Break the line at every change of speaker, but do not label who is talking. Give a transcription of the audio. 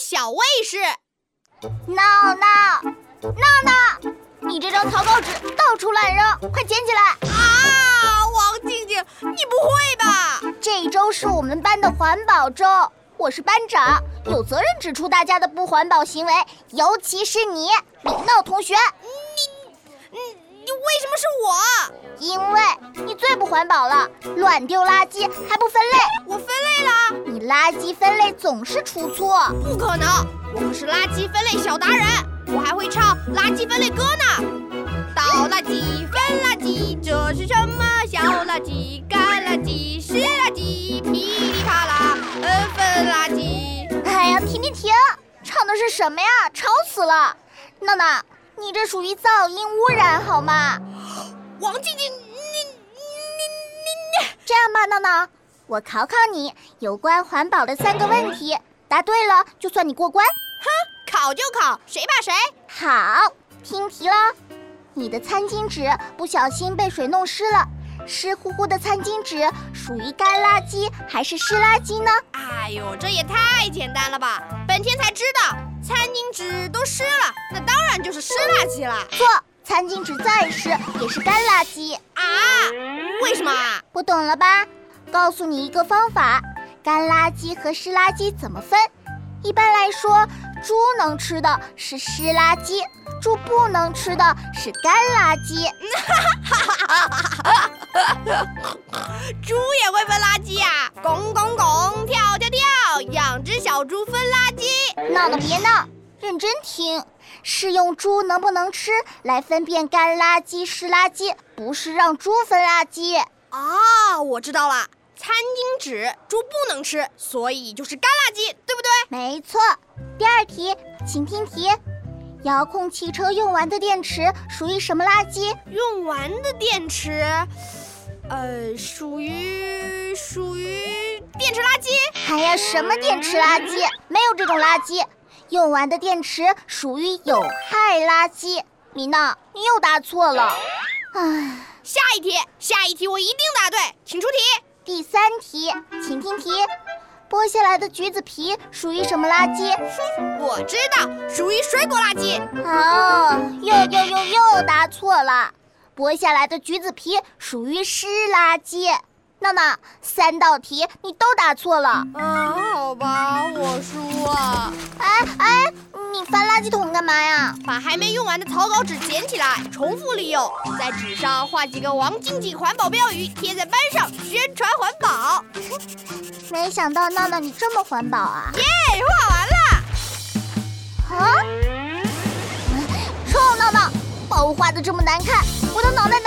小卫士。
闹闹，闹闹，你这张草稿纸到处乱扔，快捡起来！
啊，王静静，你不会吧？
这周是我们班的环保周，我是班长，有责任指出大家的不环保行为，尤其是你，李闹同学，
你你为什么是我？
因为你最不环保了，乱丢垃圾还不分类，
我分类啦？
你垃圾分类总是出错。
不可能，我可是垃圾分类小达人，我还会唱垃圾分类歌呢。倒垃圾，分垃圾，这是什么？小垃圾、干垃圾、湿垃圾，噼里啪啦，嗯，分垃圾。
哎呀，停停停！唱的是什么呀？吵死了！闹闹，你这属于噪音污染好吗？
王静静，你
这样吧，闹闹，我考考你有关环保的三个问题，答对了就算你过关。
考就考，谁怕谁？
好，听题了。你的餐巾纸不小心被水弄湿了，湿乎乎的餐巾纸属于干垃圾还是湿垃圾呢？
哎呦，这也太简单了吧！本天才知道，餐巾纸都湿了，那当然就是湿垃圾了
错，餐巾纸再湿也是干垃圾。
啊！为什么啊？
不懂了吧？告诉你一个方法，干垃圾和湿垃圾怎么分？一般来说，猪能吃的是湿垃圾，猪不能吃的是干垃圾。
猪也会分垃圾呀、拱拱拱，跳跳跳，养只小猪分垃圾。
闹闹别闹，认真听，是用猪能不能吃来分辨干垃圾、湿垃圾，不是让猪分垃圾。
啊，我知道了，餐巾纸猪不能吃，所以就是干垃圾，对不对？
没错。第二题，请听题：遥控汽车用完的电池属于什么垃圾？
用完的电池，呃，属于属于电池垃圾。
哎呀，什么电池垃圾？没有这种垃圾。用完的电池属于有害垃圾。米娜，你又答错了。唉，
下一题，下一题我一定答对，请出题。
第三题，请听题：剥下来的橘子皮属于什么垃圾？
我知道，属于水果垃圾。
哦，又又又又答错了。剥下来的橘子皮属于湿垃圾。闹闹，三道题你都答错了。
啊，好吧，我输啊了。
哎哎，你翻垃圾桶干嘛呀？
把还没用完的草稿纸捡起来，重复利用，在纸上画几个王静静环保标语，贴在班上宣传环保。
没想到闹闹你这么环保啊！
哎，画完了。
啊！臭闹闹，把我画的这么难看，我的脑袋哎